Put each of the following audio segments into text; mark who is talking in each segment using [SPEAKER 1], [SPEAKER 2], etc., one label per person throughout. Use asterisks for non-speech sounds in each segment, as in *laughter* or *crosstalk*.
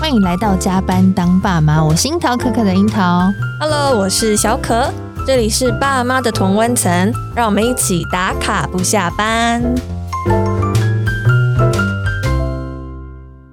[SPEAKER 1] 欢迎来到加班当爸妈，我是樱桃可可的樱桃。
[SPEAKER 2] Hello，我是小可，这里是爸妈的同温层，让我们一起打卡不下班。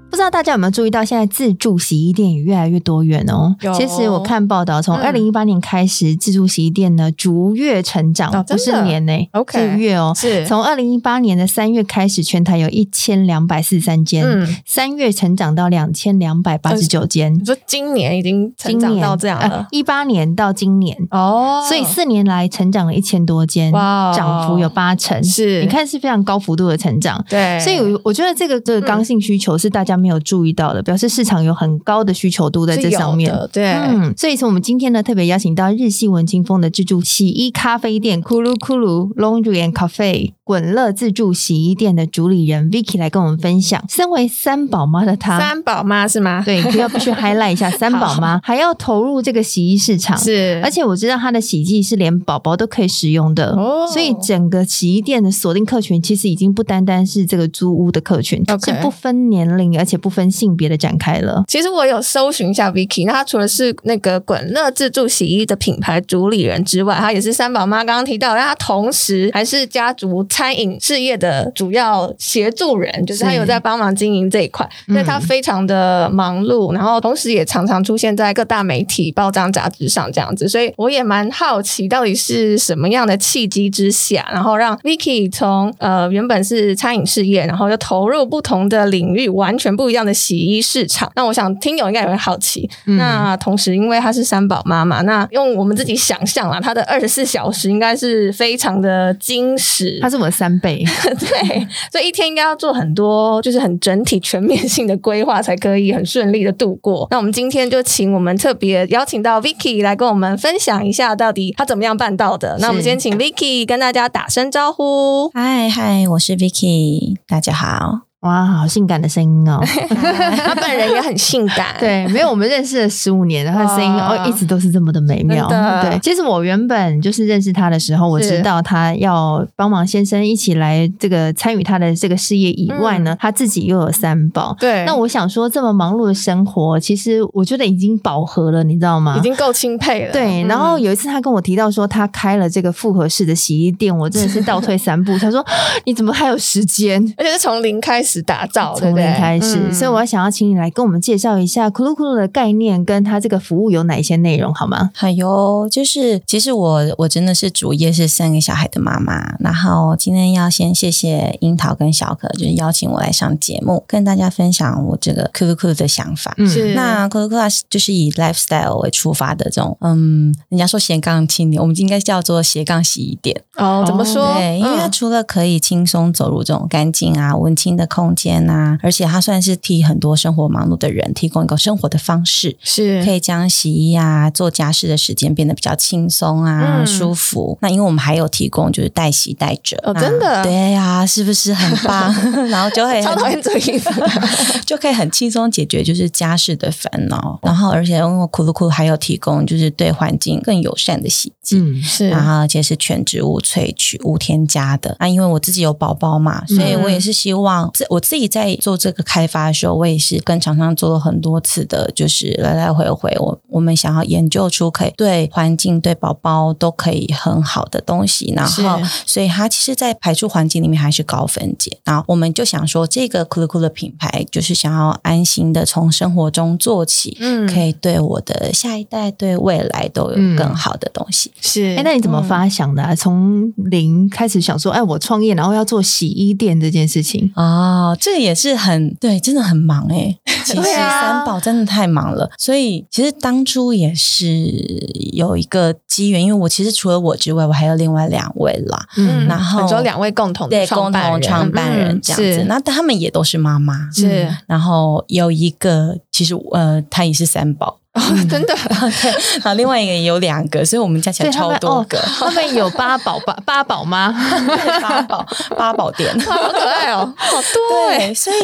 [SPEAKER 1] 不知道大家有没有注意到，现在自助洗衣店也越来越多元哦
[SPEAKER 2] 有。
[SPEAKER 1] 其实我看报道，从
[SPEAKER 2] 嗯
[SPEAKER 1] 二零一八年开始，自助洗衣店呢逐月成长，
[SPEAKER 2] 哦真的
[SPEAKER 1] 不是年呢、
[SPEAKER 2] OK
[SPEAKER 1] 是月哦。
[SPEAKER 2] 是
[SPEAKER 1] 从二零一八年的三月开始，全台有一千两百四十三间，
[SPEAKER 2] 嗯，
[SPEAKER 1] 三、月成长到两千两百八十九间
[SPEAKER 2] 你。说今年已经成
[SPEAKER 1] 今
[SPEAKER 2] 长
[SPEAKER 1] 年哎呃
[SPEAKER 2] 到这样了
[SPEAKER 1] 一八、18年到今年，
[SPEAKER 2] 哦
[SPEAKER 1] 所以四年来成长了一千多间，
[SPEAKER 2] 哇哦
[SPEAKER 1] 涨幅有八成，
[SPEAKER 2] 是
[SPEAKER 1] 你看是非常高幅度的成长。
[SPEAKER 2] 对，
[SPEAKER 1] 所以我我觉得这个这个刚性需求是大家没有注意到的，表示市场有很高的需求度在
[SPEAKER 2] 是
[SPEAKER 1] 这
[SPEAKER 2] 有
[SPEAKER 1] 上面。
[SPEAKER 2] 的对，
[SPEAKER 1] 嗯，所以从我们今天呢，特别邀请到日系文青风的自助洗衣咖啡店咕噜咕噜 Laundry and Cafe 滚乐自助洗衣店的主理人 Vicky 来跟我们分享，身为三宝妈的她，
[SPEAKER 2] 三宝妈是吗？
[SPEAKER 1] 对，要必
[SPEAKER 2] *laughs*
[SPEAKER 1] 须 highlight 一下三宝妈还要投入这个洗衣市场，
[SPEAKER 2] 是，
[SPEAKER 1] 而且我知道它的洗剂是连宝宝都可以使用的，
[SPEAKER 2] 哦
[SPEAKER 1] 所以整个洗衣店的锁定客群其实已经不单单是这个租屋的客群
[SPEAKER 2] OK
[SPEAKER 1] 是不分年龄而且不分性别的展开了。
[SPEAKER 2] 其实我有搜寻一下 Vicky，那她除了是那个滚乐自助洗衣的品牌主理人之外，她也是三宝妈刚刚提到，但她同时还是家族餐饮事业的主要协助人，就是她
[SPEAKER 1] 是
[SPEAKER 2] 有在帮忙经营这一块，
[SPEAKER 1] 嗯
[SPEAKER 2] 所以她非常的忙碌，然后同时也常常出现在各大媒体、报章、杂志上这样子，所以我也蛮好奇，到底是什么样的契机之下，然后让 Vicky 从呃原本是餐饮事业，然后又投入不同的领域，完全不一样的洗衣市场。那我想听友应该也会好奇。
[SPEAKER 1] 嗯
[SPEAKER 2] 那同时，因为她是三宝妈妈，那用我们自己想象啊啦，她的二十四小时应该是非常的精实
[SPEAKER 1] 它，是我的三倍，
[SPEAKER 2] 对，所以一天应该要做很多，就是很整体、全面性的规划，才可以很顺利的度过。那我们今天就请我们特别邀请到 Vicky 来跟我们分享一下，到底她怎么样办到的。那我们今天请 Vicky 跟大家打声招呼。
[SPEAKER 3] 嗨嗨，我是 Vicky，大家好。
[SPEAKER 1] *laughs* 哇，好性感的声音哦！
[SPEAKER 2] 她本人也很性感，
[SPEAKER 1] *laughs* 对，没有我们认识了十五年，然后声音
[SPEAKER 2] 哇
[SPEAKER 1] 哦一直都是这么的美妙。
[SPEAKER 2] 真的
[SPEAKER 1] 对，其实我原本就是认识他的时候，我
[SPEAKER 2] 是
[SPEAKER 1] 知道他要帮忙先生一起来这个参与他的这个事业以外呢，他自己又有三宝，
[SPEAKER 2] 对
[SPEAKER 1] 那我想说，这么忙碌的生活，其实我觉得已经饱和了，你知道吗？
[SPEAKER 2] 已经够钦佩了。
[SPEAKER 1] 啊对，
[SPEAKER 2] 嗯
[SPEAKER 1] 然后有一次他跟我提到说，他开了这个复合式的洗衣店，我真的是倒退三
[SPEAKER 2] *laughs*
[SPEAKER 1] 步。他说：“你怎么还有时间
[SPEAKER 2] 而且是从零开始打造，对
[SPEAKER 1] 从
[SPEAKER 2] 不
[SPEAKER 1] 零
[SPEAKER 2] 对
[SPEAKER 1] 开始？”
[SPEAKER 2] 嗯
[SPEAKER 1] 所以我要想要请你来跟我们介绍一下咕噜咕噜的概念，跟它这个服务有哪一些内容，好吗？
[SPEAKER 3] 哎呦，就是其实我我真的是主业是三个小孩的妈妈，然后今天要先谢谢樱桃跟小可，就是邀请我来上节目，跟大家分享我这个 QQQ 的想法。
[SPEAKER 1] 嗯
[SPEAKER 2] 是
[SPEAKER 3] 那 c o c o Class 就是以 lifestyle 为出发的这种，嗯，人家说斜杠青年，我们应该叫做斜杠洗衣店。
[SPEAKER 2] 哦，怎么说？
[SPEAKER 3] 对，因为它
[SPEAKER 2] 嗯
[SPEAKER 3] 除了可以轻松走入这种干净啊、文青的空间啊，而且它算是替很多生活忙碌的人提供一个生活的方式。
[SPEAKER 2] 是
[SPEAKER 3] 可以将洗衣啊、做家事的时间变得比较轻松啊、
[SPEAKER 2] 嗯
[SPEAKER 3] 舒服。那因为我们还有提供就是代洗代折，
[SPEAKER 2] 哦
[SPEAKER 3] 那
[SPEAKER 2] 真的
[SPEAKER 3] 对呀、是不是很
[SPEAKER 2] *laughs*
[SPEAKER 3] 棒？然后就会
[SPEAKER 2] 超讨厌这衣服，
[SPEAKER 3] 就可以很轻松解决就是家事的烦恼。然后而且因为酷噜酷还有提供就是对环境更友善的洗剂。
[SPEAKER 1] 嗯，
[SPEAKER 2] *laughs* 是
[SPEAKER 3] 然后而且是全植物萃取、无添加的。啊，因为我自己有宝宝嘛，
[SPEAKER 1] 嗯
[SPEAKER 3] 所以我也是希望自我自己在做这个开发的时候，我也是跟厂商做了很多次的，就是来来回回，我我们想要研究出可以对环境、对宝宝都可以很好的东西。然后，所以它其实，在排出环境里面还是高分解。然后我们就想说，这个 Cool Cool 的品牌就是想要安心的从生活中做起。
[SPEAKER 2] 嗯
[SPEAKER 3] 可以对我的下一代、对未来都有
[SPEAKER 1] 嗯
[SPEAKER 3] 更好的东西。
[SPEAKER 2] 是
[SPEAKER 1] 哎，那你怎么发想的、啊？从零开始想说，哎，我创业，然后要做洗衣店这件事情，
[SPEAKER 3] 哦，这个也是很对，真的很忙哎、其实
[SPEAKER 2] 对啊
[SPEAKER 3] 三宝真的太忙了，所以其实当初也是有一个机缘，因为我其实除了我之外，我还有另外两位啦，
[SPEAKER 2] 嗯，
[SPEAKER 3] 然后
[SPEAKER 2] 你说两位共同的
[SPEAKER 3] 对，共同创办人
[SPEAKER 2] 嗯
[SPEAKER 3] 这样子
[SPEAKER 2] 是。
[SPEAKER 3] 那他们也都是妈妈，
[SPEAKER 2] 是
[SPEAKER 3] 嗯然后有一个其实呃，他也是三宝，
[SPEAKER 2] *laughs*
[SPEAKER 3] *laughs*
[SPEAKER 2] 哦，真的，
[SPEAKER 3] 对，然后另外一个也有两个，所以我们加起
[SPEAKER 1] 所
[SPEAKER 3] 来
[SPEAKER 1] 以他
[SPEAKER 3] 超
[SPEAKER 1] 们
[SPEAKER 3] 多
[SPEAKER 1] 哦
[SPEAKER 3] 个，，
[SPEAKER 1] *laughs* 他们有八宝八八宝妈，
[SPEAKER 2] *laughs*
[SPEAKER 3] 八宝八宝店。 *laughs*
[SPEAKER 2] 好可爱哦，好多哎，
[SPEAKER 3] 对，
[SPEAKER 2] *laughs*
[SPEAKER 3] 所以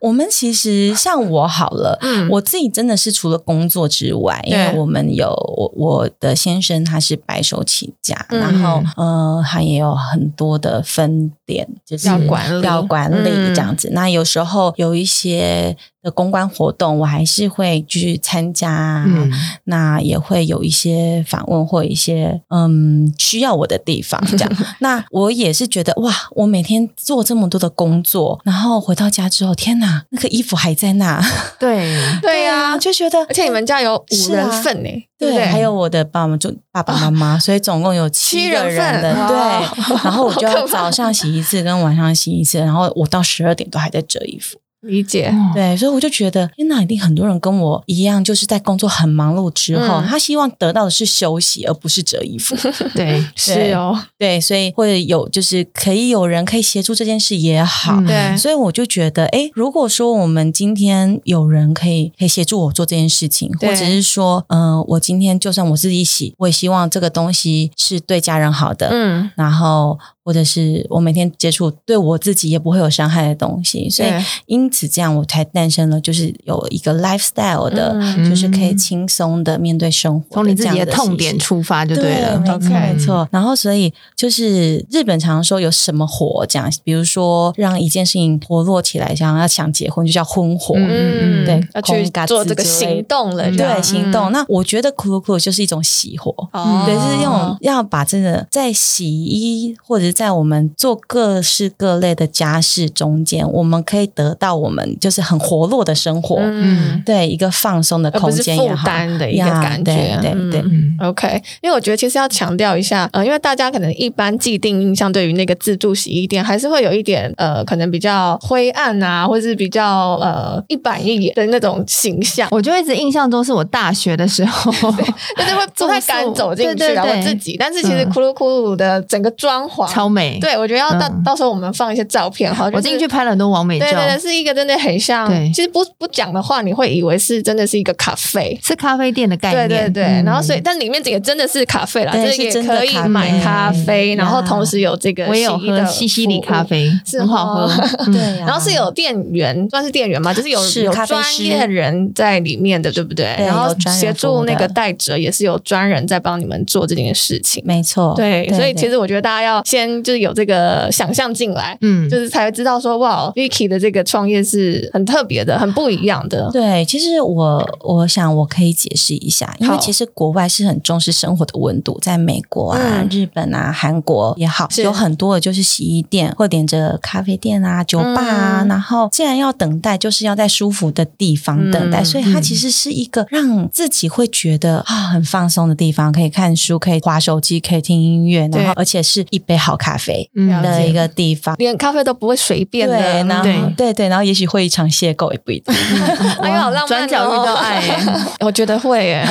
[SPEAKER 3] 我们其实像我好了，
[SPEAKER 2] 嗯
[SPEAKER 3] 我自己真的是除了工作之外，因为
[SPEAKER 2] 对
[SPEAKER 3] 我们有我我的先生他是白手起家，
[SPEAKER 2] 嗯
[SPEAKER 3] 然后呃他也有很多的分店，就是
[SPEAKER 2] 要管理
[SPEAKER 3] 嗯要管理
[SPEAKER 2] 嗯
[SPEAKER 3] 这样子。那有时候有一些。的公关活动，我还是会继续参加啊。
[SPEAKER 1] 嗯，
[SPEAKER 3] 那也会有一些访问或一些嗯需要我的地方，这
[SPEAKER 2] *laughs*
[SPEAKER 3] 样。那我也是觉得哇，我每天做这么多的工作，然后回到家之后，天哪，那个衣服还在那，啊
[SPEAKER 1] 对，
[SPEAKER 2] 对呀、
[SPEAKER 3] 就觉得
[SPEAKER 2] 而且你们家有五
[SPEAKER 3] 是啊
[SPEAKER 2] 人份呢、对不
[SPEAKER 3] 对，
[SPEAKER 2] 对？
[SPEAKER 3] 还有我的爸妈，就爸爸妈妈，所以总共有
[SPEAKER 2] 七
[SPEAKER 3] 七个
[SPEAKER 2] 人份
[SPEAKER 3] 人的，对
[SPEAKER 2] 哦。
[SPEAKER 3] 然后我就
[SPEAKER 2] 好可
[SPEAKER 3] 要
[SPEAKER 2] 怕
[SPEAKER 3] 早上洗一次，跟晚上洗一次，然后我到十二点都还在折衣服。
[SPEAKER 2] 理解，
[SPEAKER 3] 对，所以我就觉得，天哪，一定很多人跟我一样，就是在工作很忙碌之后，
[SPEAKER 2] 嗯
[SPEAKER 3] 他希望得到的是休息，而不是折衣服。 *laughs*
[SPEAKER 1] 对，
[SPEAKER 2] 是哦，
[SPEAKER 3] 对，所以或者有就是可以有人可以协助这件事也好。
[SPEAKER 1] 嗯
[SPEAKER 2] 对，
[SPEAKER 3] 所以我就觉得，诶，如果说我们今天有人可以可以协助我做这件事情，或
[SPEAKER 2] 对
[SPEAKER 3] 者是说，嗯、我今天就算我自己洗，我也希望这个东西是对家人好的，
[SPEAKER 2] 嗯，
[SPEAKER 3] 然后或者是我每天接触对我自己也不会有伤害的东西，所以
[SPEAKER 2] 对
[SPEAKER 3] 因此这样我才诞生了，就是有一个 lifestyle 的，
[SPEAKER 2] 嗯
[SPEAKER 3] 就是可以轻松的面对生活，
[SPEAKER 1] 从你自己的痛点。出发就对了。
[SPEAKER 3] 没错
[SPEAKER 2] OK
[SPEAKER 3] 没错。然后，所以就是日本常说有什么火这样，比如说让一件事情活络起来，想要想结婚就叫婚火，
[SPEAKER 1] 嗯
[SPEAKER 2] 嗯，
[SPEAKER 3] 对
[SPEAKER 2] 要去做这个行动了，这样
[SPEAKER 3] 对，行动。。
[SPEAKER 2] 嗯
[SPEAKER 3] 那我觉得 cool cool 就是一种熄火，
[SPEAKER 2] 哦，
[SPEAKER 3] 嗯对，就是用要把这个在洗衣或者是在我们做各式各类的家事中间，我们可以得到我们就是很活络的生活，
[SPEAKER 2] 嗯，
[SPEAKER 3] 对一个放松的
[SPEAKER 2] 而
[SPEAKER 3] 空
[SPEAKER 2] 不是
[SPEAKER 3] 间
[SPEAKER 2] 负
[SPEAKER 3] 也好，
[SPEAKER 2] 担的一个
[SPEAKER 3] 呀
[SPEAKER 2] 感觉，
[SPEAKER 3] 对对
[SPEAKER 2] 嗯
[SPEAKER 3] 对
[SPEAKER 1] 嗯，
[SPEAKER 2] OK，因为我觉得其实要强调一下，呃，因为大家可能一般既定印象对于那个自助洗衣店还是会有一点呃，可能比较灰暗啊，或是比较呃一板一眼的那种形象，
[SPEAKER 1] 我就一直印象中是我大学的时候，
[SPEAKER 2] 就是会不太敢走进去啊，
[SPEAKER 1] 对对对
[SPEAKER 2] 我自己。但是其实
[SPEAKER 1] 嗯
[SPEAKER 2] 库鲁库鲁的整个装潢，
[SPEAKER 1] 超美。
[SPEAKER 2] 对我觉得要到、
[SPEAKER 1] 嗯
[SPEAKER 2] 到时候我们放一些照片哈，
[SPEAKER 1] 我
[SPEAKER 2] 就是
[SPEAKER 1] 进去。拍了很多完美照
[SPEAKER 2] 对，对对，是一个真的很像
[SPEAKER 1] 对。
[SPEAKER 2] 其实不不讲的话，你会以为是真的是一个咖啡。
[SPEAKER 1] 是咖啡店的概
[SPEAKER 2] 对
[SPEAKER 1] 念。
[SPEAKER 2] 对对，
[SPEAKER 1] 嗯
[SPEAKER 2] 然后所以但里面这个真的是咖啡啦，
[SPEAKER 3] 对
[SPEAKER 2] 就是
[SPEAKER 3] 是
[SPEAKER 2] 也
[SPEAKER 3] 真的
[SPEAKER 2] 可以
[SPEAKER 3] 咖啡
[SPEAKER 2] 买咖啡，
[SPEAKER 3] 嗯
[SPEAKER 2] 然后
[SPEAKER 3] 呀
[SPEAKER 2] 同时有这个
[SPEAKER 1] 我也有
[SPEAKER 2] 洗衣的
[SPEAKER 1] 喝西西里
[SPEAKER 2] 服务
[SPEAKER 1] 咖。啡，
[SPEAKER 2] 是
[SPEAKER 1] 很好
[SPEAKER 2] 哦
[SPEAKER 1] 喝。嗯
[SPEAKER 3] 对呀
[SPEAKER 2] 然后是有店员，算是店员嘛，就是有
[SPEAKER 3] 是
[SPEAKER 2] 有
[SPEAKER 3] 咖啡
[SPEAKER 2] 专
[SPEAKER 3] 师
[SPEAKER 2] 业人在里面的，对不对？
[SPEAKER 3] 对
[SPEAKER 2] 然后
[SPEAKER 3] 有专人
[SPEAKER 2] 协
[SPEAKER 3] 服
[SPEAKER 2] 助
[SPEAKER 3] 务
[SPEAKER 2] 那个
[SPEAKER 3] 的
[SPEAKER 2] 带者也是有专人在帮你们做这件事情。
[SPEAKER 3] 没错，
[SPEAKER 2] 对，所以其
[SPEAKER 3] 实。
[SPEAKER 2] 实我觉得大家要先就是有这个想象进来，
[SPEAKER 1] 嗯
[SPEAKER 2] 就是才会知道说哇，Vicky 的这个创业是很特别的，很不一样的。
[SPEAKER 3] 对，其实我我想我可以解释一下，因为
[SPEAKER 2] 好
[SPEAKER 3] 其实国外是很重视生活的温度，在美国啊、
[SPEAKER 2] 嗯
[SPEAKER 3] 日本啊、韩国也好，
[SPEAKER 2] 是
[SPEAKER 3] 有很多的就是洗衣店或连着咖啡店啊、酒吧啊，
[SPEAKER 2] 嗯
[SPEAKER 3] 然后既然要等待，就是要在舒服的地方等待，
[SPEAKER 2] 嗯
[SPEAKER 3] 所以它
[SPEAKER 1] 嗯
[SPEAKER 3] 其实是一个让自己会觉得啊很放松的地方，可以看书，可以划手机，可以听音乐，
[SPEAKER 2] 对
[SPEAKER 3] 然后而且是一杯好咖啡
[SPEAKER 1] 嗯
[SPEAKER 2] 了
[SPEAKER 3] 的
[SPEAKER 2] 解
[SPEAKER 3] 一个地方。
[SPEAKER 2] 连咖啡都不会随便的，
[SPEAKER 3] 对，然
[SPEAKER 1] 对
[SPEAKER 3] 后对对，然后也许会一场邂逅也不一定。
[SPEAKER 2] *laughs* 哎呦，好浪漫、哦！
[SPEAKER 1] 转角遇到爱欸
[SPEAKER 2] *laughs* 我觉得会 *laughs* 耶。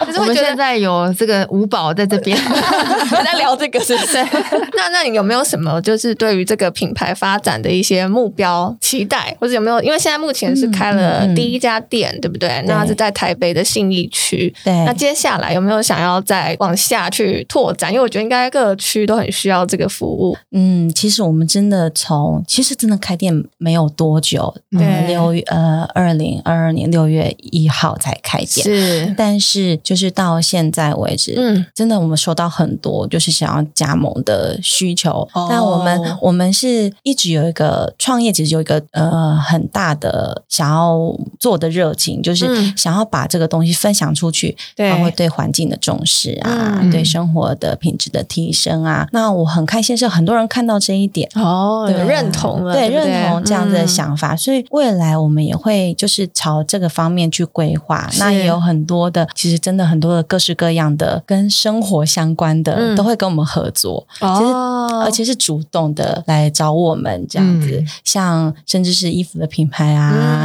[SPEAKER 2] 可是
[SPEAKER 1] 我
[SPEAKER 2] 我
[SPEAKER 1] 们
[SPEAKER 2] 觉
[SPEAKER 1] 现
[SPEAKER 2] 得
[SPEAKER 1] 在有这个五宝在这
[SPEAKER 2] *laughs*
[SPEAKER 1] 边，
[SPEAKER 2] 还在聊这个，是不是？ *laughs* 那那你有没有什么就是对于这个品牌发展的一些目标期待，或者有没有？因为现在目前是开了
[SPEAKER 3] 嗯嗯嗯
[SPEAKER 2] 第一家店，对不对？那是在台北的信义区。
[SPEAKER 3] 对
[SPEAKER 2] *laughs* 那接下来有没有想要再往下去拓展？因为我觉得应该各区都很需要这个服务。
[SPEAKER 3] 嗯，其实我们真的从，其实真的开店没有多久，
[SPEAKER 2] 对
[SPEAKER 3] 六月呃二零二二年六月一号才开店，
[SPEAKER 2] 是，
[SPEAKER 3] 但是就是到现在为止。
[SPEAKER 2] 嗯，
[SPEAKER 3] 真的，我们收到很多就是想要加盟的需求，
[SPEAKER 2] 哦
[SPEAKER 3] 但我们我们是一直有一个创业，其实有一个呃很大的想要做的热情，就是
[SPEAKER 2] 嗯
[SPEAKER 3] 想要把这个东西分享出去，
[SPEAKER 2] 对
[SPEAKER 3] 包括对环境的重视啊，
[SPEAKER 2] 嗯
[SPEAKER 3] 对生活的品质的提升啊。那我很开心是很多人看到这一点。
[SPEAKER 2] 哦，
[SPEAKER 3] 对啊
[SPEAKER 2] 有认同了，
[SPEAKER 3] 对
[SPEAKER 2] 对不嗯对，
[SPEAKER 3] 认同这样子的想法，所以未来我们也会就是朝这个方面去规划。
[SPEAKER 2] 是
[SPEAKER 3] 那也有很多的，其实真的很多的各式各样的跟生活相关的，
[SPEAKER 2] 嗯
[SPEAKER 3] 都会跟我们合作，
[SPEAKER 2] 嗯，
[SPEAKER 3] 其实
[SPEAKER 2] 哦
[SPEAKER 3] 而且是主动的来找我们这样子。
[SPEAKER 1] 嗯
[SPEAKER 3] 像甚至是衣服的品牌啊，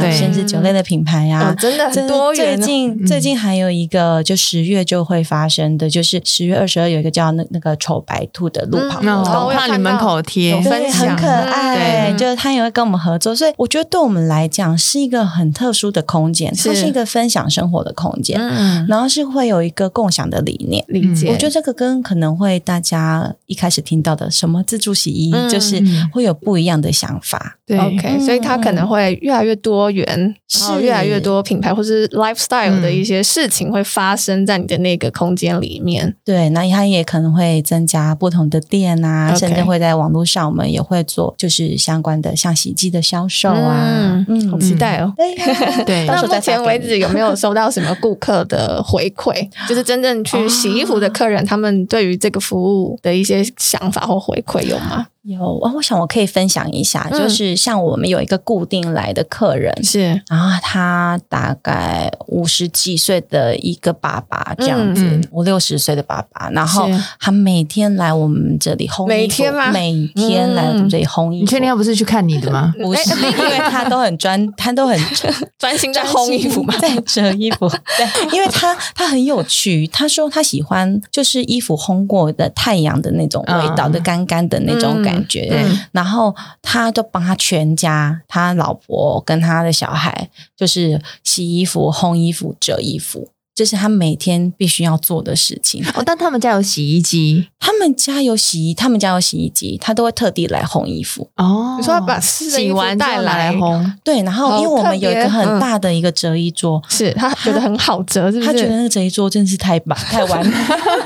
[SPEAKER 1] 嗯对
[SPEAKER 3] 甚至酒类的品牌啊，
[SPEAKER 2] 哦真的
[SPEAKER 3] 这
[SPEAKER 2] 很多元
[SPEAKER 3] 最
[SPEAKER 2] 啊。
[SPEAKER 3] 近
[SPEAKER 1] 嗯
[SPEAKER 3] 最近还有一个，就十月就会发生的，就是十月二十二有一个叫那那个丑白兔的路跑活
[SPEAKER 1] 那
[SPEAKER 2] 嗯哦
[SPEAKER 3] 动。
[SPEAKER 1] 我
[SPEAKER 2] 我有
[SPEAKER 1] 怕你
[SPEAKER 2] 看
[SPEAKER 1] 门
[SPEAKER 2] 到
[SPEAKER 1] 口贴
[SPEAKER 2] 有
[SPEAKER 3] 对
[SPEAKER 2] 分享
[SPEAKER 3] 很可爱，
[SPEAKER 2] 嗯对
[SPEAKER 3] 就是他也会跟我们合作，所以我觉得对我们来讲是一个很特殊的空间，它
[SPEAKER 2] 是
[SPEAKER 3] 是一个分享生活的空间，
[SPEAKER 2] 嗯，
[SPEAKER 3] 然后是会有一个共享的理念。
[SPEAKER 2] 理解。
[SPEAKER 3] 我觉得这个跟可能会大家一开始听到的什么自助洗衣，
[SPEAKER 2] 嗯
[SPEAKER 3] 就是
[SPEAKER 1] 嗯
[SPEAKER 3] 会有不一样的想法。
[SPEAKER 1] 对
[SPEAKER 2] OK，
[SPEAKER 3] 嗯
[SPEAKER 2] 所以它可能会越来越多元，然后
[SPEAKER 3] 是
[SPEAKER 2] 越来越多品牌或是 lifestyle
[SPEAKER 1] 嗯
[SPEAKER 2] 的一些事情会发生在你的那个空间里面。
[SPEAKER 3] 对，那它也可能会增加不同的店论啊
[SPEAKER 2] OK
[SPEAKER 3] 甚至会在网络上我们也会做就是相关的像洗衣机的销售啊
[SPEAKER 2] 嗯，，好期待哦。
[SPEAKER 3] 对
[SPEAKER 2] *laughs*
[SPEAKER 3] 呀
[SPEAKER 1] 对
[SPEAKER 3] 到
[SPEAKER 2] 到
[SPEAKER 3] 时候
[SPEAKER 2] 目
[SPEAKER 3] 再发
[SPEAKER 2] 前
[SPEAKER 3] 给
[SPEAKER 2] 为
[SPEAKER 3] 你
[SPEAKER 2] 止有没 *laughs* 有收到什么顾客的回馈？就是真正去洗衣服的客人，他们对于这个服务的一些想法或回馈有吗？
[SPEAKER 3] 有啊，我想我可以分享一下，
[SPEAKER 2] 嗯
[SPEAKER 3] 就是像我们有一个固定来的客人，
[SPEAKER 2] *laughs* 是，
[SPEAKER 3] 然后他大概五十几岁的一个爸爸这样子
[SPEAKER 1] 嗯嗯，
[SPEAKER 3] 五六十岁的爸爸，然后
[SPEAKER 2] 是
[SPEAKER 3] 他每天来我们这里烘衣服，
[SPEAKER 2] 每天吗嗯
[SPEAKER 3] 每天来我们这里烘衣
[SPEAKER 1] 你
[SPEAKER 3] 服。
[SPEAKER 1] 确定他不是去看你的吗？
[SPEAKER 3] 不是，因为他都很专，他都很
[SPEAKER 2] 哎 *laughs* 专心在 *laughs*
[SPEAKER 3] 专
[SPEAKER 2] 烘衣服吗？
[SPEAKER 3] 在折衣服。对，因为他他很有趣，他说他喜欢就是衣服烘过的太阳的那种味道
[SPEAKER 1] 嗯
[SPEAKER 3] 的干干的那种感觉，
[SPEAKER 2] 嗯
[SPEAKER 3] 然后他就帮他全家，他老婆跟他的小孩，就是洗衣服、烘衣服、折衣服。这是他每天必须要做的事情。
[SPEAKER 1] 哦，但他们家有洗衣机
[SPEAKER 3] 他们家有洗衣，他们家有洗衣机，他都会特地来烘衣服。
[SPEAKER 1] 哦。
[SPEAKER 2] 你说他把湿的衣
[SPEAKER 1] 洗
[SPEAKER 2] 服
[SPEAKER 1] 完之后
[SPEAKER 2] 带
[SPEAKER 1] 拿来
[SPEAKER 2] 来，
[SPEAKER 1] 烘，
[SPEAKER 3] 对，然后因为
[SPEAKER 2] 好
[SPEAKER 3] 我
[SPEAKER 2] 特
[SPEAKER 3] 们有一
[SPEAKER 2] 别
[SPEAKER 3] 个很
[SPEAKER 2] 嗯
[SPEAKER 3] 大的一个折衣桌，
[SPEAKER 2] 是他觉得很好折，是不是？
[SPEAKER 3] 他觉得那个折衣桌真是太棒、太完美。 *laughs*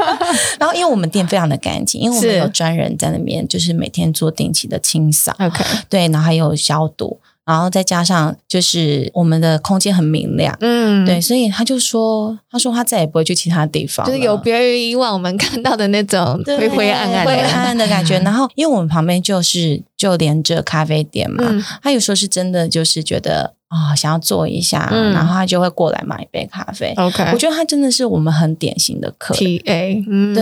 [SPEAKER 3] 然后，因为我们店非常的干净，因为我们
[SPEAKER 2] 是
[SPEAKER 3] 有专人在那边，就是每天做定期的清扫，
[SPEAKER 2] OK，
[SPEAKER 3] 对，然后还有消毒，然后再加上就是我们的空间很明亮，
[SPEAKER 2] 嗯，
[SPEAKER 3] 对，。所以他就说，他说他再也不会去其他地方
[SPEAKER 2] 就
[SPEAKER 3] 了，
[SPEAKER 2] 是有别于以往我们看到的那种
[SPEAKER 3] 对
[SPEAKER 2] 灰灰暗暗
[SPEAKER 3] 灰灰暗
[SPEAKER 2] 的，
[SPEAKER 3] 暗的
[SPEAKER 2] *laughs*
[SPEAKER 3] 感觉。然后，因为我们旁边就是就连着咖啡店嘛，
[SPEAKER 2] 嗯，
[SPEAKER 3] 他有时候是真的就是觉得啊、想要做一下，
[SPEAKER 2] 嗯
[SPEAKER 3] 然后他就会过来买一杯咖啡。
[SPEAKER 2] OK，
[SPEAKER 3] 我觉得他真的是我们很典型的客人，
[SPEAKER 2] TA，嗯，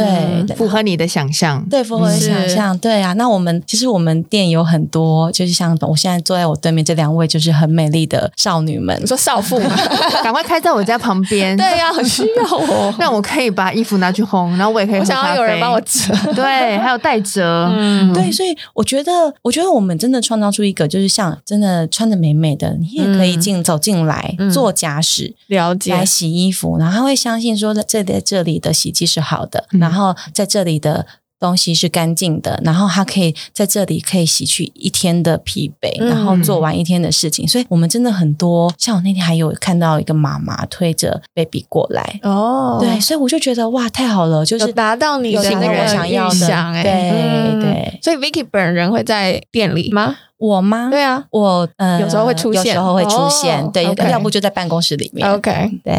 [SPEAKER 3] 对，
[SPEAKER 1] 符合你的想象。
[SPEAKER 3] 对，符合
[SPEAKER 2] 是
[SPEAKER 3] 想象，对啊。那我们其实我们店有很多，就是像我现在坐在我对面这两位，就是很美丽的少女们
[SPEAKER 2] 你。说少妇
[SPEAKER 3] *laughs*
[SPEAKER 2] 吗？
[SPEAKER 1] 赶快开在我家旁边，
[SPEAKER 2] *laughs* 对呀，很需要 *laughs* 我，
[SPEAKER 1] 让我可以把衣服拿去烘，然后我也可以
[SPEAKER 2] 我
[SPEAKER 1] 喝
[SPEAKER 2] 想
[SPEAKER 1] 咖
[SPEAKER 2] 要
[SPEAKER 1] 啡
[SPEAKER 2] 有人帮我折，
[SPEAKER 1] 对，还有带折，
[SPEAKER 2] 嗯
[SPEAKER 3] 对，所以我觉得，我觉得我们真的创造出一个，就是像真的穿的美美的，你也可以进、走进来
[SPEAKER 2] 嗯
[SPEAKER 3] 做家事，
[SPEAKER 2] 了解
[SPEAKER 3] 来洗衣服，然后他会相信说这在这里的洗衣机是好的，
[SPEAKER 1] 嗯
[SPEAKER 3] 然后在这里的东西是干净的，然后他可以在这里可以洗去一天的疲惫，
[SPEAKER 2] 嗯
[SPEAKER 3] 然后做完一天的事情。所以我们真的很多，像我那天还有看到一个妈妈推着 baby 过来，
[SPEAKER 2] 哦，
[SPEAKER 3] 对，所以我就觉得哇，太好了，就是
[SPEAKER 2] 有达到你
[SPEAKER 3] 有
[SPEAKER 2] 的
[SPEAKER 3] 达
[SPEAKER 2] 那
[SPEAKER 3] 到
[SPEAKER 2] 个
[SPEAKER 3] 我想要的
[SPEAKER 2] 预想哎，
[SPEAKER 3] 对
[SPEAKER 2] 嗯
[SPEAKER 3] 对
[SPEAKER 2] 所以 Vicky 本人会在店里吗？
[SPEAKER 3] 我妈，
[SPEAKER 2] 对啊
[SPEAKER 3] 我呃
[SPEAKER 2] 有时候会出现
[SPEAKER 3] 有时候会出现，
[SPEAKER 2] 哦
[SPEAKER 3] 对，
[SPEAKER 2] OK
[SPEAKER 3] 要不就在办公室里面
[SPEAKER 2] ，OK，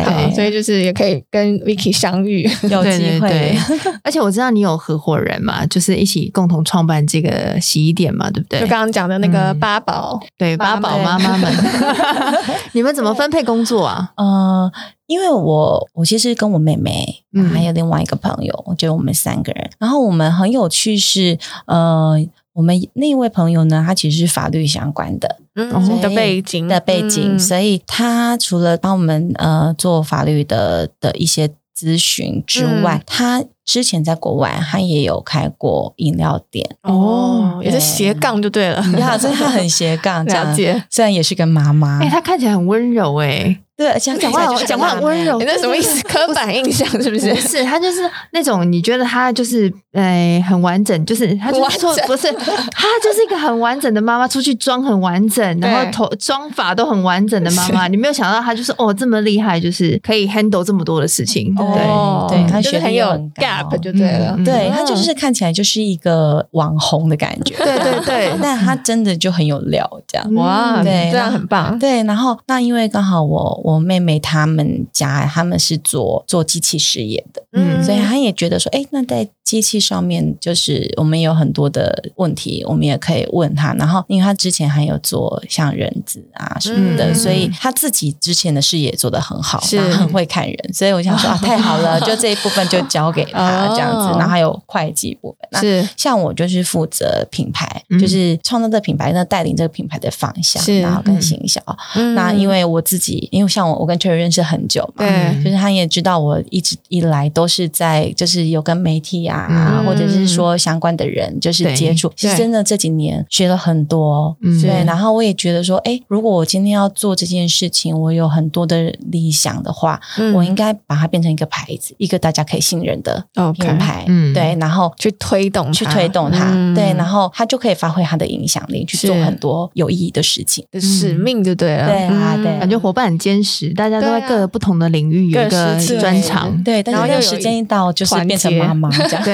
[SPEAKER 2] 好，
[SPEAKER 3] 对，
[SPEAKER 2] 所以就是也可以跟 Vicky 相遇，
[SPEAKER 3] 有
[SPEAKER 1] 对
[SPEAKER 3] 机
[SPEAKER 1] 对
[SPEAKER 3] 会。
[SPEAKER 1] 对，而且我知道你有合伙人嘛，就是一起共同创办这个洗衣店嘛，对不
[SPEAKER 2] 就
[SPEAKER 1] 对
[SPEAKER 2] 刚？刚讲的那个
[SPEAKER 1] 嗯
[SPEAKER 2] 八宝，
[SPEAKER 1] 对，八
[SPEAKER 2] 妈妈
[SPEAKER 1] 宝妈妈们，你们怎么分配工作啊？
[SPEAKER 3] 呃，因为我我其实跟我妹妹，
[SPEAKER 1] 嗯
[SPEAKER 3] 还有另外一个朋友，我觉得我们三个人，然后我们很有趣是，呃，我们那一位朋友呢，他其实是法律相关的
[SPEAKER 1] 所以
[SPEAKER 2] 嗯的背景
[SPEAKER 3] 的背景，
[SPEAKER 2] 嗯
[SPEAKER 3] 所以他除了帮我们呃做法律的的一些咨询之
[SPEAKER 1] 嗯
[SPEAKER 3] 外，他之前在国外他也有开过饮料
[SPEAKER 1] *laughs*
[SPEAKER 3] 店，
[SPEAKER 2] 哦，也是
[SPEAKER 3] 对
[SPEAKER 2] 斜杠就对了，
[SPEAKER 3] 呀，所以他很斜杠，这
[SPEAKER 2] 了
[SPEAKER 3] 样。
[SPEAKER 2] 解。
[SPEAKER 3] 虽然也是个妈妈，
[SPEAKER 1] 哎，她看起来很温柔哎，
[SPEAKER 3] 对，而且他
[SPEAKER 1] 讲话
[SPEAKER 3] 看起来就是
[SPEAKER 1] 讲话很
[SPEAKER 3] 个辣妹
[SPEAKER 1] 温柔
[SPEAKER 2] 你那什么意
[SPEAKER 3] *laughs*
[SPEAKER 2] 思？刻板印象是不是
[SPEAKER 1] 不？是，她就是那种你觉得她就是哎很完整，就是她就是说
[SPEAKER 2] 完整
[SPEAKER 1] 不是，她就是一个很完整的妈妈，出去妆很完整，然后
[SPEAKER 2] 对
[SPEAKER 1] 头妆法都很完整的妈妈。你没有想到她就是哦这么厉害，就是可以 handle 这么多的事情，对不对？
[SPEAKER 2] 哦
[SPEAKER 3] 对他
[SPEAKER 2] 就是
[SPEAKER 3] 学历
[SPEAKER 2] 很
[SPEAKER 3] 又
[SPEAKER 2] 有
[SPEAKER 3] 很高
[SPEAKER 2] gap 就对了
[SPEAKER 1] 嗯。
[SPEAKER 3] 对他
[SPEAKER 2] 嗯
[SPEAKER 3] 就是看起来就是一个网红的感觉，
[SPEAKER 1] 对对对
[SPEAKER 3] *laughs* 但他真的就很有料这样。
[SPEAKER 2] 哇，
[SPEAKER 1] 嗯
[SPEAKER 3] 对
[SPEAKER 2] 这样很棒。
[SPEAKER 3] 对，然后那因为刚好我我妹妹他们家他们是做做机器事业的，
[SPEAKER 1] 嗯
[SPEAKER 3] 所以她也觉得说，哎，那在机器上面就是我们有很多的问题，我们也可以问她。然后因为她之前还有做像人资啊什么的，
[SPEAKER 2] 嗯
[SPEAKER 3] 所以她自己之前的事业做得很好，
[SPEAKER 2] 是
[SPEAKER 3] 然后很会看人，所以我想说啊，太好了，就这一部分就交给她这样
[SPEAKER 2] 哦
[SPEAKER 3] 子。然后还有会计部分，那
[SPEAKER 2] 是
[SPEAKER 3] 像我就是负责品牌，
[SPEAKER 1] 嗯
[SPEAKER 3] 就是创造这个品牌，那带领这个品牌的方向，
[SPEAKER 2] 是
[SPEAKER 3] 然后跟行销。
[SPEAKER 2] 嗯
[SPEAKER 3] 那因为我自己，因为像我，我跟 Cherry 认识很久嘛。嗯
[SPEAKER 2] 对
[SPEAKER 1] 嗯
[SPEAKER 3] 就是他也知道我一直以来都是在，就是有跟媒体啊，
[SPEAKER 1] 嗯
[SPEAKER 3] 或者是说相关的人，就是
[SPEAKER 1] 对
[SPEAKER 3] 接触。
[SPEAKER 2] 对
[SPEAKER 3] 是真的这几年学了很多，
[SPEAKER 1] 嗯
[SPEAKER 3] 对。
[SPEAKER 2] 是
[SPEAKER 3] 然后我也觉得说，哎，如果我今天要做这件事情，我有很多的理想的话，
[SPEAKER 2] 嗯
[SPEAKER 3] 我应该把它变成一个牌子，一个大家可以信任的
[SPEAKER 2] OK
[SPEAKER 3] 品牌。
[SPEAKER 1] 嗯
[SPEAKER 3] 对，然后
[SPEAKER 2] 去推动它
[SPEAKER 3] 去推动它，
[SPEAKER 2] 嗯
[SPEAKER 3] 对，然后它就可以发挥它的影响力，去做
[SPEAKER 2] 是
[SPEAKER 3] 很多有意义的事情。
[SPEAKER 2] 的使命就对了。
[SPEAKER 3] 嗯对啊
[SPEAKER 2] 嗯
[SPEAKER 3] 对 *laughs*
[SPEAKER 1] 感觉伙伴很坚实，大家都在
[SPEAKER 2] 对啊
[SPEAKER 1] 各个不同的领域有一
[SPEAKER 2] 各
[SPEAKER 1] 个
[SPEAKER 2] 司其
[SPEAKER 1] 专
[SPEAKER 2] 职
[SPEAKER 1] 长。
[SPEAKER 3] 对，但
[SPEAKER 2] 然后
[SPEAKER 3] 是
[SPEAKER 2] 又
[SPEAKER 3] 那
[SPEAKER 2] 有
[SPEAKER 3] 时间一到，就是
[SPEAKER 2] 团
[SPEAKER 3] 变成
[SPEAKER 2] 结
[SPEAKER 3] 妈妈这
[SPEAKER 1] *laughs*
[SPEAKER 3] 样。
[SPEAKER 1] 对，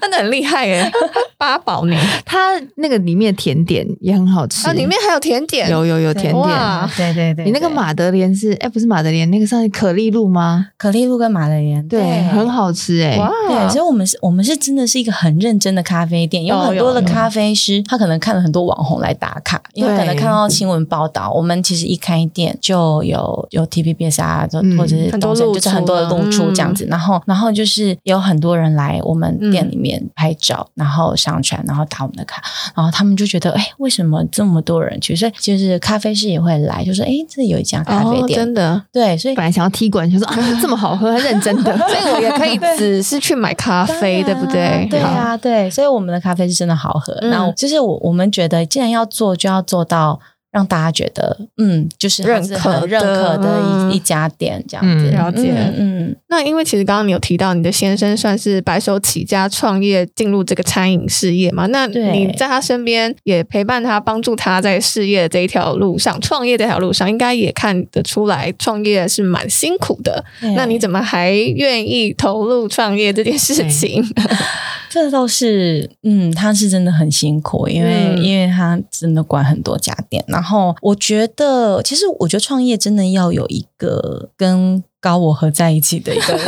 [SPEAKER 2] 真的很厉害
[SPEAKER 3] *laughs*
[SPEAKER 2] 耶，八宝你，
[SPEAKER 1] 它那个里面的甜点也很好吃，
[SPEAKER 2] 啊，里面还有甜点，
[SPEAKER 1] 有有有甜点。
[SPEAKER 2] 哇
[SPEAKER 3] 对对对，
[SPEAKER 1] 你那个
[SPEAKER 3] 对
[SPEAKER 1] 马德莲是哎，不是马德莲，那个算是可丽露吗？
[SPEAKER 3] 可丽露跟马德莲，
[SPEAKER 1] 对，很好吃哎。
[SPEAKER 2] 哇，
[SPEAKER 3] 对，所以我们是，我们是真的是一个很认真的咖啡店，有
[SPEAKER 2] 哦有
[SPEAKER 3] 很多的
[SPEAKER 2] 有
[SPEAKER 3] 咖啡师，他可能看了很多网红来打卡，因为
[SPEAKER 1] 对
[SPEAKER 3] 可能看到新闻报道，我们其实一开店就有有 T P B S 啊，就
[SPEAKER 1] 嗯
[SPEAKER 3] 或者是
[SPEAKER 2] 很多
[SPEAKER 3] 东森
[SPEAKER 2] 露
[SPEAKER 3] 就是
[SPEAKER 2] 出
[SPEAKER 3] 很多的
[SPEAKER 2] 了
[SPEAKER 3] 露出
[SPEAKER 2] 嗯
[SPEAKER 3] 这样子，然后然后就是有很多人来我们店里面拍照，然后上传，然后打我们的卡，然后他们就觉得，哎，为什么这么多人去？所以就是咖啡师也会来，就说，哎，这里有一家咖啡
[SPEAKER 2] 哦，
[SPEAKER 3] 店，
[SPEAKER 2] 真的，
[SPEAKER 3] 对，所以
[SPEAKER 1] 本来想要踢馆，想说啊 *laughs* 这么好喝，认真
[SPEAKER 3] *laughs*
[SPEAKER 1] 的。
[SPEAKER 2] 所以我也可以只是去买咖啡，啊对
[SPEAKER 3] 当然啊
[SPEAKER 2] 不对？
[SPEAKER 3] 对
[SPEAKER 2] 好，
[SPEAKER 3] 啊，对，所以我们的咖啡是真的好喝。
[SPEAKER 2] 嗯
[SPEAKER 3] 那我就是我我们觉得，既然要做，就要做到让大家觉得，嗯，就是它是很
[SPEAKER 2] 认
[SPEAKER 3] 认
[SPEAKER 2] 可的
[SPEAKER 3] 可的一、
[SPEAKER 2] 嗯
[SPEAKER 3] 一家店这样子。
[SPEAKER 1] 嗯
[SPEAKER 2] 了解
[SPEAKER 3] 嗯，嗯
[SPEAKER 2] 那因为其实刚刚你有提到你的先生算是白手起家创业进入这个餐饮事业嘛，那
[SPEAKER 3] 对
[SPEAKER 2] 你在他身边也陪伴他，帮助他在事业这一条路上、创业这条路上，应该也看得出来创业是蛮辛苦的。
[SPEAKER 3] 对啊
[SPEAKER 2] 那你怎么还愿意投入创业这件事情？ *laughs*
[SPEAKER 3] 这倒是，嗯，他是真的很辛苦，因为、
[SPEAKER 2] 嗯
[SPEAKER 3] 因为他真的管很多家店。然后我觉得，其实我觉得创业真的要有一个跟高我合在一起的
[SPEAKER 2] *laughs*
[SPEAKER 3] 一个 *laughs* 人。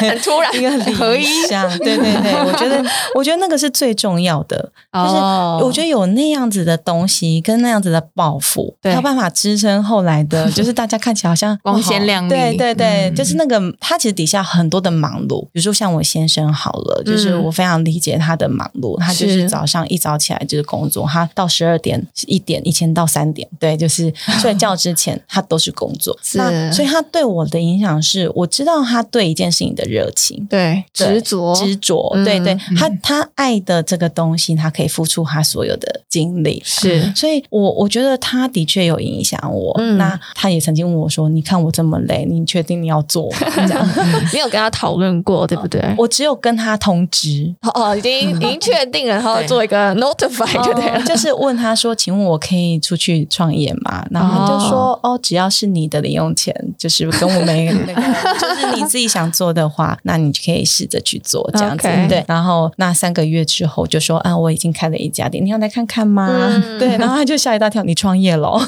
[SPEAKER 2] 很突然
[SPEAKER 3] 一个
[SPEAKER 2] 合
[SPEAKER 3] 理
[SPEAKER 2] 一
[SPEAKER 3] 想，对对对，我
[SPEAKER 2] *laughs*
[SPEAKER 3] 觉得，我觉得那个是最重要的。就是
[SPEAKER 1] 哦
[SPEAKER 3] 我觉
[SPEAKER 2] 得
[SPEAKER 3] 得有那样子的东西跟那样子的抱负，
[SPEAKER 2] 对
[SPEAKER 3] 才有办法支撑后来的，就是大家看起来好像
[SPEAKER 1] 光鲜亮丽
[SPEAKER 3] 对对对，
[SPEAKER 1] 嗯
[SPEAKER 3] 就是那个他其实底下很多的忙碌，比如说像我先生好了，就是
[SPEAKER 1] 嗯
[SPEAKER 3] 我非常理解他的忙碌，他就是
[SPEAKER 2] 是
[SPEAKER 3] 早上一早起来就是工作，他到十二点一点，以前到三点，
[SPEAKER 1] *laughs*
[SPEAKER 3] 对，就是睡觉之前他都是工作，
[SPEAKER 2] 是
[SPEAKER 3] 那所以他对我的影响是，我知道他对一件事情的热情，
[SPEAKER 2] 对
[SPEAKER 3] 对
[SPEAKER 2] 执着，
[SPEAKER 3] 执着，
[SPEAKER 2] 嗯
[SPEAKER 3] 对对，
[SPEAKER 1] 嗯
[SPEAKER 3] 他他爱的这个东西，他可以付出他所有的精力。
[SPEAKER 2] 是
[SPEAKER 3] 所以我，我觉得他的确有影响我。
[SPEAKER 2] 嗯
[SPEAKER 3] 那他也曾经问我说：“你看我这么累，你确定你要做吗？”
[SPEAKER 2] *laughs*
[SPEAKER 3] 这样
[SPEAKER 2] 没有跟他讨论过，对不对？ *laughs*
[SPEAKER 3] 我只有跟他通知，
[SPEAKER 2] 哦哦，已 *laughs* 经已经确定了，然后
[SPEAKER 1] 对
[SPEAKER 2] 做一个 notify 就对 *laughs* 了。
[SPEAKER 3] 就是问他说：“请问我可以出去创业
[SPEAKER 2] *laughs*
[SPEAKER 3] 吗？”然后他就说：“哦只要是你的零用钱，就是跟
[SPEAKER 2] *laughs*
[SPEAKER 3] 我没那个，就是你自己想做的话，那你就可以试着去做这样子。
[SPEAKER 2] OK
[SPEAKER 3] 对，然后那三个月之后就说：“啊，我已经开了一家店，你要来看看吗？”
[SPEAKER 2] 嗯
[SPEAKER 3] *laughs* 对，然后他就吓一大跳：“你创业喽？”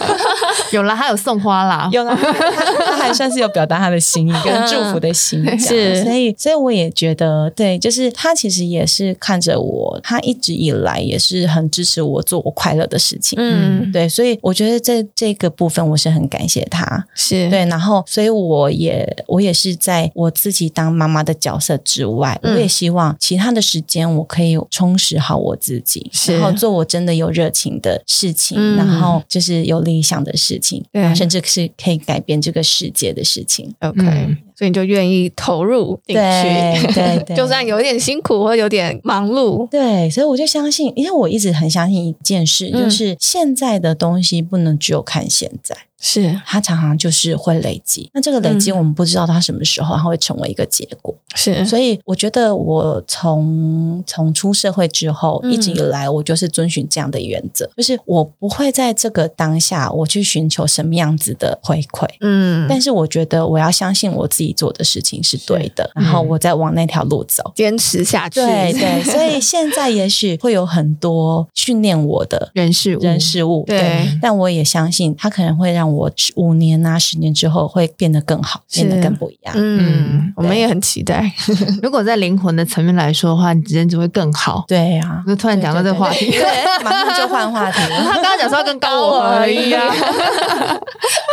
[SPEAKER 1] 有啦，还有送花啦。
[SPEAKER 3] *laughs* 有啦，他还算是有表达他的心意跟祝福的心意，
[SPEAKER 2] 嗯是
[SPEAKER 3] 所以所以我也觉得，对，就是他其实也是看着我，他一直以来也是很支持我做我快乐的事情。
[SPEAKER 2] 嗯，
[SPEAKER 3] 对，所以我觉得这这个部分我是很感谢他，
[SPEAKER 2] 是，
[SPEAKER 3] 对，然后所以我也我也是在我自己当妈妈的角色之外，
[SPEAKER 2] 嗯
[SPEAKER 3] 我也希望其他的时间我可以充实好我自己，
[SPEAKER 2] 是
[SPEAKER 3] 然后做我真的有热情的事情，
[SPEAKER 2] 嗯
[SPEAKER 3] 然后就是有理想的事情，
[SPEAKER 2] 对
[SPEAKER 3] 然后甚至是可以改变这个世界的事情。
[SPEAKER 2] OK，、
[SPEAKER 1] 嗯
[SPEAKER 2] 所以你就愿意投入进
[SPEAKER 3] 对
[SPEAKER 2] 去， *laughs*
[SPEAKER 3] 对对，
[SPEAKER 2] 就算有点辛苦或有点忙碌，
[SPEAKER 3] 对，所以我就相信，因为我一直很相信一件事，
[SPEAKER 2] 嗯
[SPEAKER 3] 就是现在的东西不能只有看现在。
[SPEAKER 2] 是
[SPEAKER 3] 它常常就是会累积。那这个累积，
[SPEAKER 2] 嗯
[SPEAKER 3] 我们不知道它什么时候它会成为一个结果。
[SPEAKER 2] 是，
[SPEAKER 3] 所以我觉得，我从从出社会之后，
[SPEAKER 2] 嗯
[SPEAKER 3] 一直以来我就是遵循这样的原则，就是我不会在这个当下我去寻求什么样子的回馈。
[SPEAKER 2] 嗯，
[SPEAKER 3] 但是我觉得我要相信我自己做的事情是对的，然
[SPEAKER 2] 嗯
[SPEAKER 3] 后我再往那条路走。
[SPEAKER 2] 坚持下去，
[SPEAKER 3] 对
[SPEAKER 2] *laughs*
[SPEAKER 3] 对，所以现在也许会有很多训练我的
[SPEAKER 1] 人事物，
[SPEAKER 3] 人事
[SPEAKER 2] *laughs*
[SPEAKER 3] 物，
[SPEAKER 2] 对
[SPEAKER 3] 但我也相信，它可能会让我十五年啊、十年之后会变得更好，
[SPEAKER 2] 是
[SPEAKER 3] 变得更不一样。
[SPEAKER 2] 嗯
[SPEAKER 1] 嗯，
[SPEAKER 2] 我们也很期待，
[SPEAKER 1] 如果在灵魂的层面来说的话，你人只会更好。
[SPEAKER 3] 对啊
[SPEAKER 1] *laughs* 我，就突然讲到这个话题，
[SPEAKER 3] 对，马上就换话题了。
[SPEAKER 1] *laughs*
[SPEAKER 3] *laughs*
[SPEAKER 1] 他刚刚讲说要跟高我而已啊，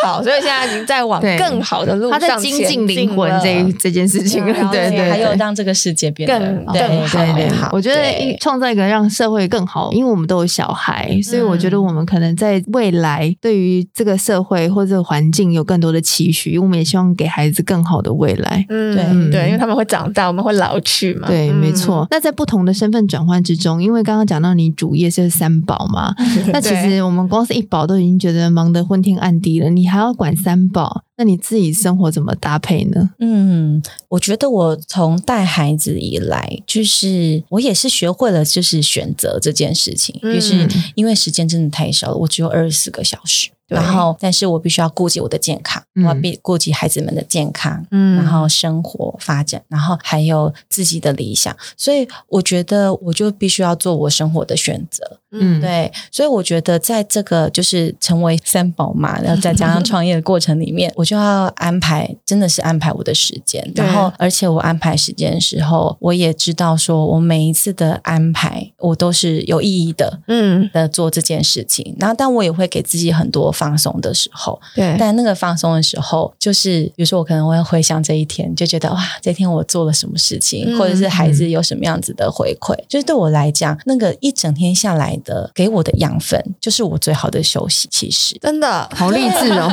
[SPEAKER 2] 好，所以现在已经在往
[SPEAKER 1] 对
[SPEAKER 2] 更好的路
[SPEAKER 1] 他
[SPEAKER 2] 上
[SPEAKER 1] 在精进灵魂这一
[SPEAKER 2] 一
[SPEAKER 1] 这件事情，
[SPEAKER 2] 了
[SPEAKER 1] 对
[SPEAKER 2] 解
[SPEAKER 1] 对
[SPEAKER 3] 啊还有
[SPEAKER 1] 对。
[SPEAKER 3] 让这个世界变得
[SPEAKER 2] 更
[SPEAKER 3] 对
[SPEAKER 2] 更好
[SPEAKER 3] 对
[SPEAKER 1] 对
[SPEAKER 3] 对好。
[SPEAKER 1] 我觉得
[SPEAKER 3] 对
[SPEAKER 1] 一创造一个让社会更好，因为我们都有小孩，所以我觉得我们可能在未来对于这个社会或这个环境有更多的期许，因为我们也希望给孩子更好的未来。
[SPEAKER 2] 嗯，
[SPEAKER 3] 对
[SPEAKER 2] 对，因为他们会长大，我们会老去嘛，
[SPEAKER 1] 对，
[SPEAKER 2] 嗯
[SPEAKER 1] 没错。。那在不同的身份转换之中，因为刚刚讲到你主业是三宝嘛，那其实我们光是一宝都已经觉得忙得昏天暗地了，你还要管三宝，那你自己生活怎么搭配呢？
[SPEAKER 3] 嗯，我觉得我从带孩子以来，就是我也是学会了就是选择这件事情，
[SPEAKER 2] 嗯
[SPEAKER 3] 就是因为时间真的太少了，我只有二十四个小时。
[SPEAKER 2] 对
[SPEAKER 3] 然后，但是我必须要顾及我的健康，
[SPEAKER 1] 嗯
[SPEAKER 3] 我要必顾及孩子们的健康，
[SPEAKER 2] 嗯
[SPEAKER 3] 然后生活发展，然后还有自己的理想。所以我觉得我就必须要做我生活的选择。
[SPEAKER 1] 嗯，
[SPEAKER 3] 对，所以我觉得在这个就是成为三宝妈，然后再加上创业的过程里面，我就要安排，真的是安排我的时间。
[SPEAKER 2] 对
[SPEAKER 3] 然后，而且我安排时间的时候，我也知道说我每一次的安排，我都是有意义的。
[SPEAKER 2] 嗯，
[SPEAKER 3] 的做这件事情，然后但我也会给自己很多放松的时候，
[SPEAKER 2] 对，
[SPEAKER 3] 但那个放松的时候，就是比如说我可能会回想这一天，就觉得哇，这天我做了什么事情，
[SPEAKER 2] 嗯
[SPEAKER 3] 或者是孩子有什么样子的回馈，就是对我来讲，那个一整天下来的给我的养分，就是我最好的休息。其实
[SPEAKER 2] 真的，
[SPEAKER 1] 好励志 *laughs* 哦，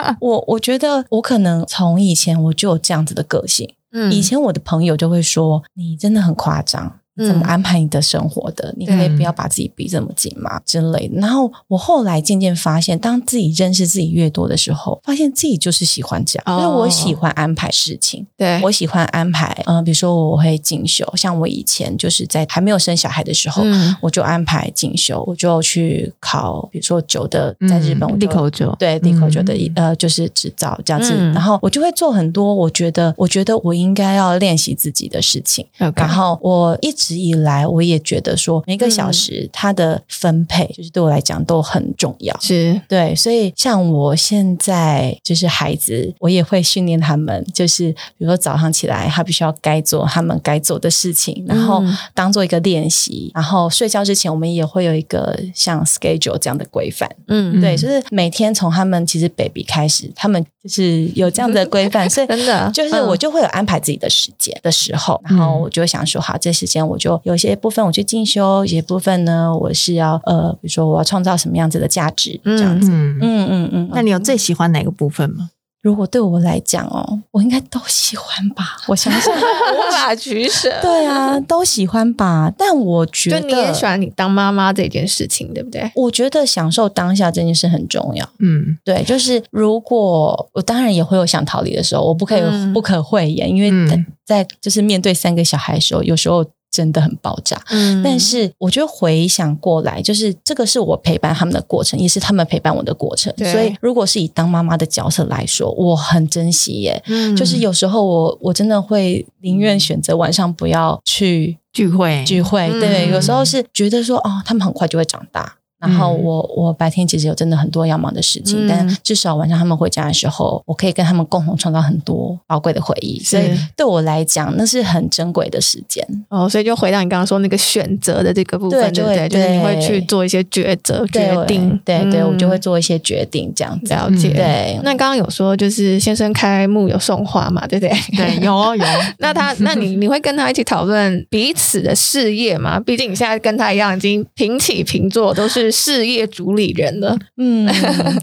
[SPEAKER 2] 啊
[SPEAKER 3] 我我觉得我可能从以前我就有这样子的个性，
[SPEAKER 2] 嗯
[SPEAKER 3] 以前我的朋友就会说你真的很夸张。
[SPEAKER 2] 嗯
[SPEAKER 3] 你怎么安排你的生活的？你可以不要把自己逼这么紧嘛之类的。然后我后来渐渐发现，当自己认识自己越多的时候，发现自己就是喜欢这样，
[SPEAKER 2] 哦哎
[SPEAKER 3] 因为我喜欢安排事情，
[SPEAKER 2] 对，
[SPEAKER 3] 我喜欢安排。嗯、比如说我会进修，像我以前就是在还没有生小孩的时候，
[SPEAKER 2] 嗯
[SPEAKER 3] 我就安排进修，我就去考，比如说酒的，在日本我
[SPEAKER 1] 嗯立
[SPEAKER 3] 就
[SPEAKER 1] 口酒，
[SPEAKER 3] 对
[SPEAKER 1] 嗯
[SPEAKER 3] 立口酒的一、呃就是执照这样子，
[SPEAKER 2] 嗯
[SPEAKER 3] 然后我就会做很多我觉得我觉得我应该要练习自己的事情。
[SPEAKER 1] ，OK，
[SPEAKER 3] 然后我一直以来我也觉得说每个小时它的分配就是对我来讲都很重要。
[SPEAKER 2] 是，
[SPEAKER 3] 对，所以像我现在就是孩子，我也会训练他们，就是比如说早上起来，他必须要该做他们该做的事情，然后
[SPEAKER 2] 嗯
[SPEAKER 3] 当做一个练习，然后睡觉之前，我们也会有一个像 schedule 这样的规范。
[SPEAKER 2] 嗯，
[SPEAKER 3] 对，
[SPEAKER 1] 嗯
[SPEAKER 3] 就是每天从他们其实 baby 开始，他们就是有这样的规 *laughs* 范，所以
[SPEAKER 2] 真的
[SPEAKER 3] 就是
[SPEAKER 2] 嗯
[SPEAKER 3] 我就会有安排自己的时间的时候，
[SPEAKER 1] 嗯
[SPEAKER 3] 然后我就想说，好，这时间我就有些部分我去进修，有些部分呢我是要呃，比如说我要创造什么样子的价值，
[SPEAKER 2] 嗯
[SPEAKER 3] 这样子。
[SPEAKER 1] 嗯，
[SPEAKER 3] 嗯嗯嗯，
[SPEAKER 1] 那你有最喜欢哪个部分吗？
[SPEAKER 3] 如果对我来讲哦，我应该都喜欢 *laughs* 吧？我想想，
[SPEAKER 2] 无法取 *laughs* 舍。
[SPEAKER 3] 对啊，都喜欢吧。但我觉
[SPEAKER 2] 就
[SPEAKER 3] 得，
[SPEAKER 2] 你也喜欢你当妈妈这件事情，对不对？
[SPEAKER 3] 我觉得享受当下这件事很重要。
[SPEAKER 1] 嗯
[SPEAKER 3] 对，就是如果我当然也会有想逃离的时候，我不可以、
[SPEAKER 2] 嗯
[SPEAKER 3] 不可讳言，因为
[SPEAKER 1] 嗯
[SPEAKER 3] 在在就是面对三个小孩的时候，有时候真的很爆炸。
[SPEAKER 2] 嗯
[SPEAKER 3] 但是我觉得回想过来，就是这个是我陪伴他们的过程，也是他们陪伴我的过程。
[SPEAKER 2] 对
[SPEAKER 3] 所以，如果是以当妈妈的角色来说，我很珍惜耶。
[SPEAKER 1] 嗯
[SPEAKER 3] 就是有时候我我真的会宁愿选择晚上不要去
[SPEAKER 1] 聚会，
[SPEAKER 3] 聚会，
[SPEAKER 2] 嗯
[SPEAKER 3] 对，有时候是觉得说哦，他们很快就会长大。然后
[SPEAKER 1] 嗯
[SPEAKER 3] 我我白天其实有真的很多要忙的事情，
[SPEAKER 2] 嗯
[SPEAKER 3] 但至少晚上他们回家的时候，我可以跟他们共同创造很多宝贵的回忆。所以对我来讲，那是很珍贵的时间。
[SPEAKER 2] 哦，所以就回到你刚刚说那个选择的这个部分，对
[SPEAKER 3] 对就
[SPEAKER 2] 不
[SPEAKER 3] 会
[SPEAKER 2] 对？就是你会
[SPEAKER 3] 对
[SPEAKER 2] 去做一些抉择、
[SPEAKER 3] 对
[SPEAKER 2] 决定。
[SPEAKER 3] 对对，我就会
[SPEAKER 2] 嗯
[SPEAKER 3] 做一些决定这样子。
[SPEAKER 2] 了解。
[SPEAKER 1] 嗯
[SPEAKER 3] 对，
[SPEAKER 2] 那刚刚有说，就是先生开幕有送花嘛，对不 *laughs* 对？
[SPEAKER 1] 对，有哦有哦，，
[SPEAKER 2] 那他，那你你会跟他一起讨论彼此的事业吗？毕竟你现在跟他一样，已经平起平坐，都是事业主理人了。
[SPEAKER 3] 嗯，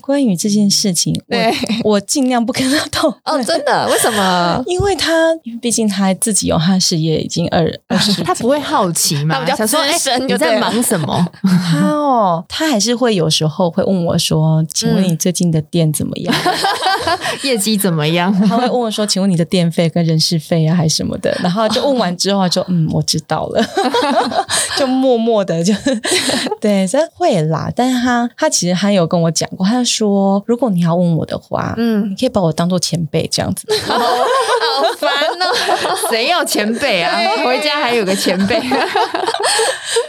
[SPEAKER 3] 关于这件事情，
[SPEAKER 2] *laughs* 对
[SPEAKER 3] 我我尽量不跟他动。
[SPEAKER 2] 哦，真的？为什么？
[SPEAKER 3] 因为他毕竟他自己有他的事业已经二二十
[SPEAKER 1] 他不会好奇
[SPEAKER 2] 他
[SPEAKER 1] 嘛？
[SPEAKER 2] 比较
[SPEAKER 1] 想说，
[SPEAKER 2] 资
[SPEAKER 1] 哎
[SPEAKER 2] 深，
[SPEAKER 1] 你
[SPEAKER 2] 就对
[SPEAKER 1] 在
[SPEAKER 2] 了
[SPEAKER 1] 忙什么？
[SPEAKER 3] 他哦，他还是会有时候会问我说：“请问你最近的店怎么样？”
[SPEAKER 1] 业绩怎么样？
[SPEAKER 3] 他会问我说：“请问你的电费跟人事费啊，还是什么的？”然后就问完之后他就嗯，我知道了， *laughs* 就默默的就 *laughs* 对，所以会啦。但是他他其实他有跟我讲过，他说如果你要问我的话，
[SPEAKER 2] *laughs* 嗯
[SPEAKER 3] 你，可以把我当做前辈这样子。
[SPEAKER 2] 好烦哦。
[SPEAKER 1] *laughs* 谁要前辈啊？回家还有个前辈，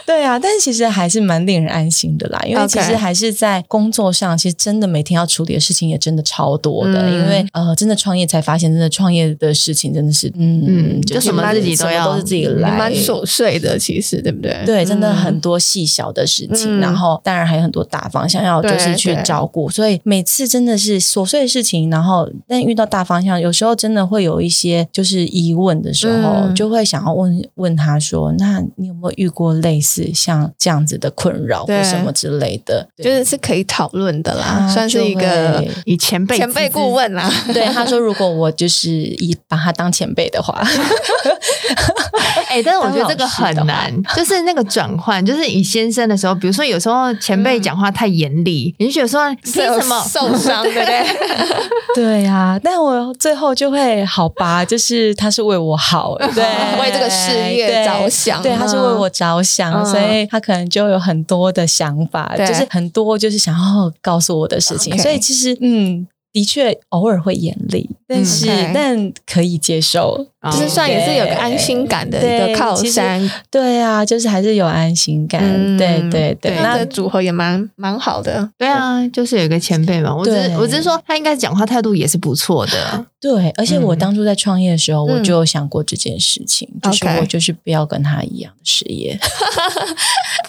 [SPEAKER 3] 对啊，但是其实还是蛮令人安心的啦，因为
[SPEAKER 2] OK
[SPEAKER 3] 其实还是在工作上，其实真的每天要处理的事情也真的超多的，
[SPEAKER 2] 嗯
[SPEAKER 3] 因为呃，真的创业才发现，真的创业的事情真的是，
[SPEAKER 1] 嗯
[SPEAKER 3] 嗯，
[SPEAKER 1] 就什么
[SPEAKER 3] 是
[SPEAKER 1] 自己
[SPEAKER 3] 什
[SPEAKER 1] 都
[SPEAKER 3] 么
[SPEAKER 1] 要
[SPEAKER 3] 都是自己
[SPEAKER 2] 也
[SPEAKER 3] 来，
[SPEAKER 2] 蛮琐碎的，其实对不对？
[SPEAKER 3] 对，真的
[SPEAKER 2] 嗯
[SPEAKER 3] 很多细小的事情，
[SPEAKER 2] 嗯
[SPEAKER 3] 然后当然还有很多大方向要就是
[SPEAKER 2] 对
[SPEAKER 3] 去
[SPEAKER 2] 对
[SPEAKER 3] 照顾，所以每次真的是琐碎的事情，然后但遇到大方向，有时候真的会有一些就是疑问的时候，
[SPEAKER 2] 嗯
[SPEAKER 3] 就会想要问问他说：“那你有没有遇过类似像这样子的困扰
[SPEAKER 2] 对
[SPEAKER 3] 或什么之类的？”
[SPEAKER 2] 就是是可以讨论的啦，
[SPEAKER 3] 他
[SPEAKER 2] 算是一个
[SPEAKER 3] 嗯就会
[SPEAKER 1] 以前辈
[SPEAKER 2] 前辈辈顾问 *laughs* 啦，
[SPEAKER 3] 对，他说如果我就是以把他当前辈的话，
[SPEAKER 1] 哎、但是我觉得这个很
[SPEAKER 3] 当老
[SPEAKER 1] 难，就是那个转换，就是以先生的时候，比如说有时候前辈讲话太严厉，你就觉得说凭什么？
[SPEAKER 2] *laughs* 受伤，对不对？，
[SPEAKER 3] *laughs* 对啊，但我最后就会好吧，就是他是为我 *laughs* 好， *laughs* 对
[SPEAKER 2] *laughs* 为这个事业
[SPEAKER 3] 对
[SPEAKER 2] 着想啊
[SPEAKER 3] 对，他是为我着想，
[SPEAKER 2] 嗯
[SPEAKER 3] 所以他可能就有很多的想法，
[SPEAKER 2] 对
[SPEAKER 3] 就是很多就是想要告诉我的事情，
[SPEAKER 2] OK
[SPEAKER 3] 所以其实嗯。的确，偶尔会严厉，但是、
[SPEAKER 2] OK
[SPEAKER 3] 但可以接受。
[SPEAKER 2] 就是
[SPEAKER 1] 哦
[SPEAKER 2] 算也是有个安心感的一
[SPEAKER 3] 对
[SPEAKER 2] 个靠山，
[SPEAKER 3] 对啊，就是还是有安心感。
[SPEAKER 2] 嗯
[SPEAKER 3] 对对对，
[SPEAKER 1] 对
[SPEAKER 2] 这样的组合也蛮蛮好的。
[SPEAKER 1] 对啊，就是有一个前辈嘛，我只
[SPEAKER 3] 对
[SPEAKER 1] 我只是说他应该讲话态度也是不错的，
[SPEAKER 3] 对，而且我
[SPEAKER 1] 嗯
[SPEAKER 3] 当初在创业的时候，我
[SPEAKER 2] 嗯
[SPEAKER 3] 就有想过这件事情，就是我
[SPEAKER 2] OK
[SPEAKER 3] 就是不要跟他一样的事业。 *laughs*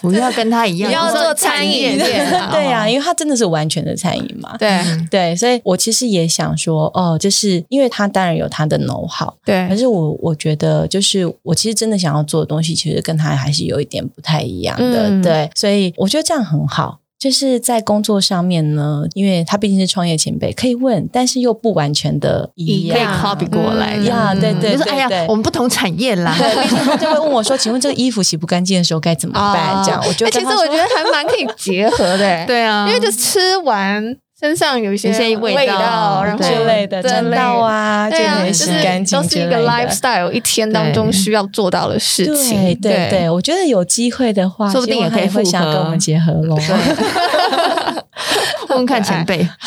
[SPEAKER 1] 不要跟他一样，
[SPEAKER 2] 不要做餐饮业啦
[SPEAKER 3] *laughs* 对
[SPEAKER 1] 哦
[SPEAKER 3] 啊，因为他真的是完全的餐饮嘛。
[SPEAKER 2] 对
[SPEAKER 3] 对，所以我其实也想说，哦，就是因为他当然有他的 know how，可
[SPEAKER 2] 对，
[SPEAKER 3] 是我我觉得就是我其实真的想要做的东西，其实跟他还是有一点不太一样的。
[SPEAKER 2] 嗯
[SPEAKER 3] 对，所以我觉得这样很好。就是在工作上面呢，因为他毕竟是创业前辈，可以问，但是又不完全的一
[SPEAKER 1] 以被
[SPEAKER 3] 样。
[SPEAKER 1] copy 过来
[SPEAKER 2] 嗯
[SPEAKER 1] 这样
[SPEAKER 3] 呀对对
[SPEAKER 1] 就说
[SPEAKER 3] 对
[SPEAKER 1] 哎呀
[SPEAKER 3] 对，
[SPEAKER 1] 我们不同产业啦，
[SPEAKER 3] *laughs*
[SPEAKER 1] *laughs*
[SPEAKER 3] 对，毕啊竟他就会问我说：“请问这个衣服洗不干净的时候该怎么办？”
[SPEAKER 2] 哦
[SPEAKER 3] 这样，我就
[SPEAKER 2] 哎
[SPEAKER 3] 跟
[SPEAKER 2] 其
[SPEAKER 3] 他
[SPEAKER 2] 实我
[SPEAKER 3] 说
[SPEAKER 2] 觉得还蛮可以结合
[SPEAKER 3] *laughs*
[SPEAKER 2] 的，
[SPEAKER 1] 对啊，
[SPEAKER 2] 因为就吃完身上有一些
[SPEAKER 1] 有些味
[SPEAKER 2] 味
[SPEAKER 1] 道
[SPEAKER 2] 然后
[SPEAKER 1] 对
[SPEAKER 3] 之类的，
[SPEAKER 2] 之
[SPEAKER 3] 肠
[SPEAKER 2] 类
[SPEAKER 3] 道啊，就
[SPEAKER 2] 对啊，
[SPEAKER 3] 能
[SPEAKER 2] 就
[SPEAKER 3] 洗
[SPEAKER 2] 是
[SPEAKER 3] 干净
[SPEAKER 2] 都
[SPEAKER 3] 之
[SPEAKER 2] 是一
[SPEAKER 3] 类的
[SPEAKER 2] 个 lifestyle 一天当中需要做到的事情。
[SPEAKER 3] 对对对，我觉得有机会的话，
[SPEAKER 1] 说不定
[SPEAKER 3] 希望
[SPEAKER 1] 也可以
[SPEAKER 3] 他会
[SPEAKER 1] 复
[SPEAKER 3] 想要跟
[SPEAKER 1] 合
[SPEAKER 3] 我们结合喽。
[SPEAKER 1] 问问看前辈。
[SPEAKER 2] *laughs*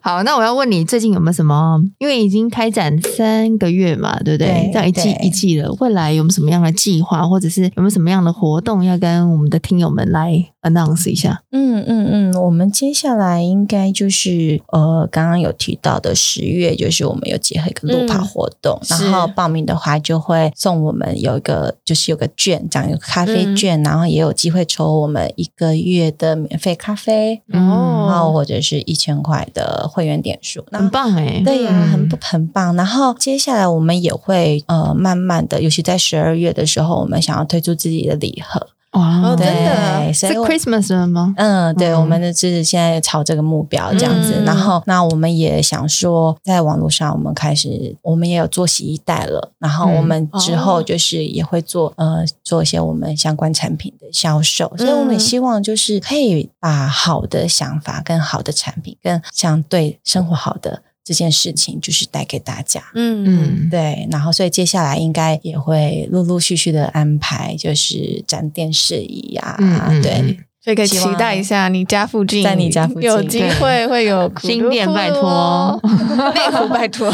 [SPEAKER 1] 好，那我要问你，最近有没有什么？因为已经开展三个月嘛，对不对？
[SPEAKER 3] 对
[SPEAKER 1] 这样一季
[SPEAKER 3] 对
[SPEAKER 1] 一季了，未来有没有什么样的计划，或者是有没有什么样的活动要跟我们的听友们来 announce 一下？
[SPEAKER 3] *laughs* 嗯嗯嗯，我们接下来应该就是呃，刚刚有提到的十月，就是我们有结合一个路跑
[SPEAKER 2] 嗯
[SPEAKER 3] 活动，
[SPEAKER 2] 是
[SPEAKER 3] 然后报名的话就会送我们有一个就是有个券，这样有个咖啡
[SPEAKER 2] 嗯
[SPEAKER 3] 券，然后也有机会抽我们一个月的免费咖啡，然后
[SPEAKER 2] 哦，
[SPEAKER 3] 或者是一千块的会员点数，那
[SPEAKER 1] 很棒哎、
[SPEAKER 3] 对呀、
[SPEAKER 1] 嗯
[SPEAKER 3] 很不很棒。然后接下来我们也会呃慢慢的，尤其在十二月的时候，我们想要推出自己的礼盒。
[SPEAKER 1] 哇
[SPEAKER 2] 哦真的
[SPEAKER 3] 对所
[SPEAKER 1] 啊是
[SPEAKER 3] 以我
[SPEAKER 1] Christmas 了吗？
[SPEAKER 3] 嗯，对，
[SPEAKER 1] 嗯
[SPEAKER 3] 我们的就是现在朝这个目标这样子。
[SPEAKER 2] 嗯
[SPEAKER 3] 然后那我们也想说，在网络上我们开始，我们也有做洗衣袋了。然后
[SPEAKER 1] 嗯
[SPEAKER 3] 我们之后
[SPEAKER 2] 哦
[SPEAKER 3] 就是也会做、呃做一些我们相关产品的销售，所以我们
[SPEAKER 2] 嗯
[SPEAKER 3] 希望就是可以把好的想法跟好的产品跟相对生活好的这件事情，就是带给大家。
[SPEAKER 2] 嗯
[SPEAKER 1] 嗯，
[SPEAKER 3] 对，然后所以接下来应该也会陆陆续续的安排，就是展店事宜啊，
[SPEAKER 1] 嗯嗯
[SPEAKER 3] 对，
[SPEAKER 2] 所以可以
[SPEAKER 3] 希
[SPEAKER 2] 期
[SPEAKER 3] 望
[SPEAKER 2] 待一下你家附近，
[SPEAKER 3] 在你家附近
[SPEAKER 2] 有机会会有哦
[SPEAKER 1] 新店拜托，
[SPEAKER 2] *laughs* 内裤
[SPEAKER 1] *laughs*
[SPEAKER 2] 拜托。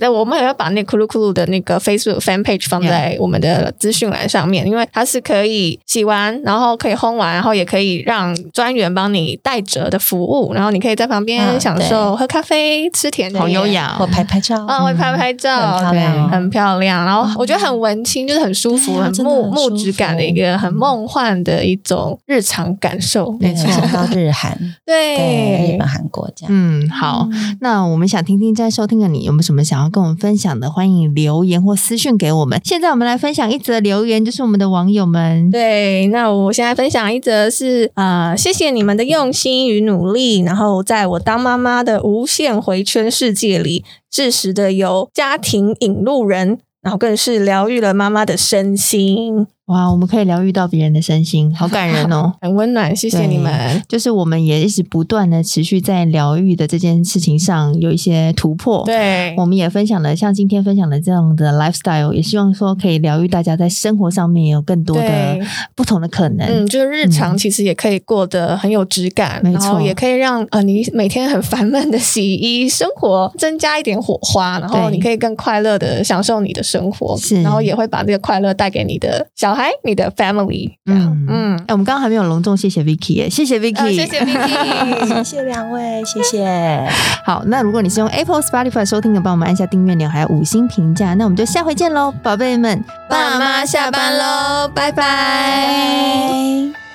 [SPEAKER 2] 那我们也要把那库噜库噜的那个 Facebook fan page 放在我们的资讯栏上面，因为它是可以洗完，然后可以烘完，然后也可以让专员帮你带着的服务，然后你可以在旁边
[SPEAKER 3] 嗯
[SPEAKER 2] 享受喝咖啡、吃甜点，
[SPEAKER 1] 好优雅
[SPEAKER 3] 或
[SPEAKER 1] 哦，
[SPEAKER 3] 拍拍照，
[SPEAKER 2] 啊，会拍拍照，
[SPEAKER 3] 嗯很漂
[SPEAKER 2] 对
[SPEAKER 3] 亮哦
[SPEAKER 2] 很漂亮。然后我觉得很文青，就是很舒服，
[SPEAKER 3] 对啊
[SPEAKER 2] 很
[SPEAKER 3] 真的
[SPEAKER 2] 木
[SPEAKER 3] 很
[SPEAKER 2] 木
[SPEAKER 3] 舒
[SPEAKER 2] 质感的一
[SPEAKER 3] 服
[SPEAKER 2] 个很梦幻的一种日常感受。
[SPEAKER 1] 没错
[SPEAKER 3] *laughs* 对想到日韩，对，日
[SPEAKER 2] 对
[SPEAKER 3] 本、，韩国这样。
[SPEAKER 1] 嗯，好，那我们想听听在收听的你有没有什么想要跟我们分享的，欢迎留言或私讯给我们。现在我们来分享一则留言，就是我们的网友们。
[SPEAKER 2] 对，那我现在分享一则是啊、呃谢谢你们的用心与努力，然后在我当妈妈的无限回圈世界里，适时的有家庭引路人，然后更是疗愈了妈妈的身心，。
[SPEAKER 1] 哇，我们可以疗愈到别人的身心，好感人哦
[SPEAKER 2] 很温暖。谢谢
[SPEAKER 3] 对
[SPEAKER 2] 你们，
[SPEAKER 1] 就是我们也一直不断的持续在疗愈的这件事情上有一些突破。，
[SPEAKER 2] 对
[SPEAKER 1] 我们也分享了像今天分享的这样的 lifestyle，也希望说可以疗愈大家在生活上面有更多的
[SPEAKER 2] 对
[SPEAKER 1] 不同的可能
[SPEAKER 2] 嗯，。就是日常其实也可以过得很有质感，
[SPEAKER 1] 没
[SPEAKER 2] 然后
[SPEAKER 1] 错
[SPEAKER 2] 也可以让呃你每天很烦闷的洗衣生活增加一点火花，然后
[SPEAKER 1] 对
[SPEAKER 2] 你可以更快乐的享受你的生活
[SPEAKER 1] 是，
[SPEAKER 2] 然后也会把这个快乐带给你的小孩、你的 family 这样。
[SPEAKER 1] 嗯
[SPEAKER 2] 嗯
[SPEAKER 1] 哎、我们刚刚还没有隆重谢谢 Vicky，耶谢谢 Vicky，、
[SPEAKER 2] 呃谢谢 Vicky，
[SPEAKER 3] 嗯谢谢两位，谢谢，
[SPEAKER 1] *laughs* 好，那如果你是用 Apple Spotify 收听的，帮我们按下订阅钮，还有五星评价。那我们就下回见喽，宝贝们，
[SPEAKER 2] 爸妈下班喽，拜拜。
[SPEAKER 3] 拜。